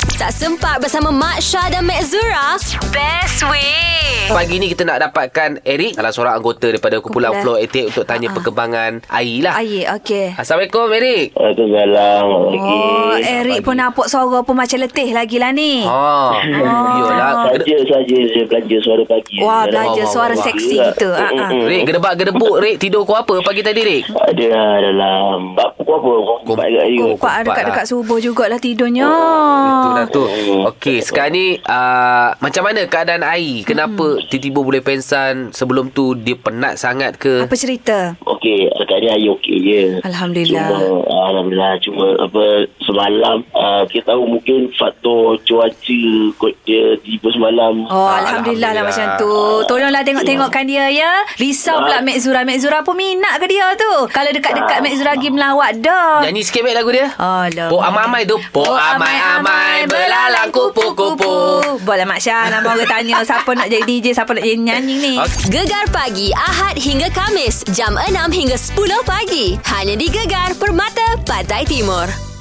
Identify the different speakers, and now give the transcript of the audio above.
Speaker 1: Tak sempat bersama Mak Syah dan Mak Zura? Best way.
Speaker 2: Pagi ni kita nak dapatkan Eric Salah seorang anggota daripada Kumpulan
Speaker 1: Kumpulan.
Speaker 2: Flow 88 Untuk tanya
Speaker 1: Ha-ha.
Speaker 2: perkembangan Ah. air lah
Speaker 1: Aye, okey.
Speaker 2: Assalamualaikum Eric
Speaker 3: Ah, Waalaikumsalam.
Speaker 1: Oh, Eric pun nampak suara pun macam letih lagi lah ni.
Speaker 2: Ha, Yolah
Speaker 3: Saja saja je belanja suara pagi.
Speaker 1: oh, Wah,
Speaker 3: Dalam-
Speaker 1: belanja
Speaker 2: wah,
Speaker 1: suara
Speaker 2: wah.
Speaker 1: seksi
Speaker 3: Gila.
Speaker 1: gitu. Ha, ha.
Speaker 3: Mm-mm.
Speaker 2: Rik, gedebak-gedebuk Rik, tidur kau apa pagi tadi Rik?
Speaker 3: Ada lah dalam bab pukul apa? Kau
Speaker 2: Kumpat.
Speaker 3: kat you.
Speaker 1: oh,
Speaker 2: Kumpat.
Speaker 1: Pak Oh,
Speaker 2: lah.
Speaker 1: dekat-dekat subuh jugalah tidurnya.
Speaker 2: Itulah tu Okey, sekarang ni uh, Macam mana keadaan air? Kenapa tiba-tiba boleh pensan Sebelum tu dia penat sangat ke?
Speaker 1: Apa cerita?
Speaker 3: Okey, dekat ni air okey je.
Speaker 1: Alhamdulillah.
Speaker 3: Cuma, ah, Alhamdulillah. Cuma apa, semalam, ah, kita tahu mungkin faktor cuaca kot dia tiba semalam.
Speaker 1: Oh,
Speaker 2: Ah,
Speaker 1: Alhamdulillah, lah macam
Speaker 2: Alhamdulillah.
Speaker 1: tu. Tolonglah tengok-tengokkan dia ya. Risau pula Mek Zura. Mek Zura pun minat ke dia tu? Kalau dekat-dekat Mek Zura pergi melawat dah.
Speaker 2: Nyanyi sikit baik lagu dia
Speaker 1: Alah.
Speaker 2: Po amai-amai tu Po amai-amai Belalang kupu-kupu
Speaker 1: Boleh lah, Mak Syah Nama orang tanya Siapa nak jadi DJ Siapa nak jadi nyanyi ni
Speaker 2: Okey.
Speaker 4: Gegar pagi Ahad hingga Kamis jam 6 hingga 10 pagi hanya di Gegar Permata Pantai Timur.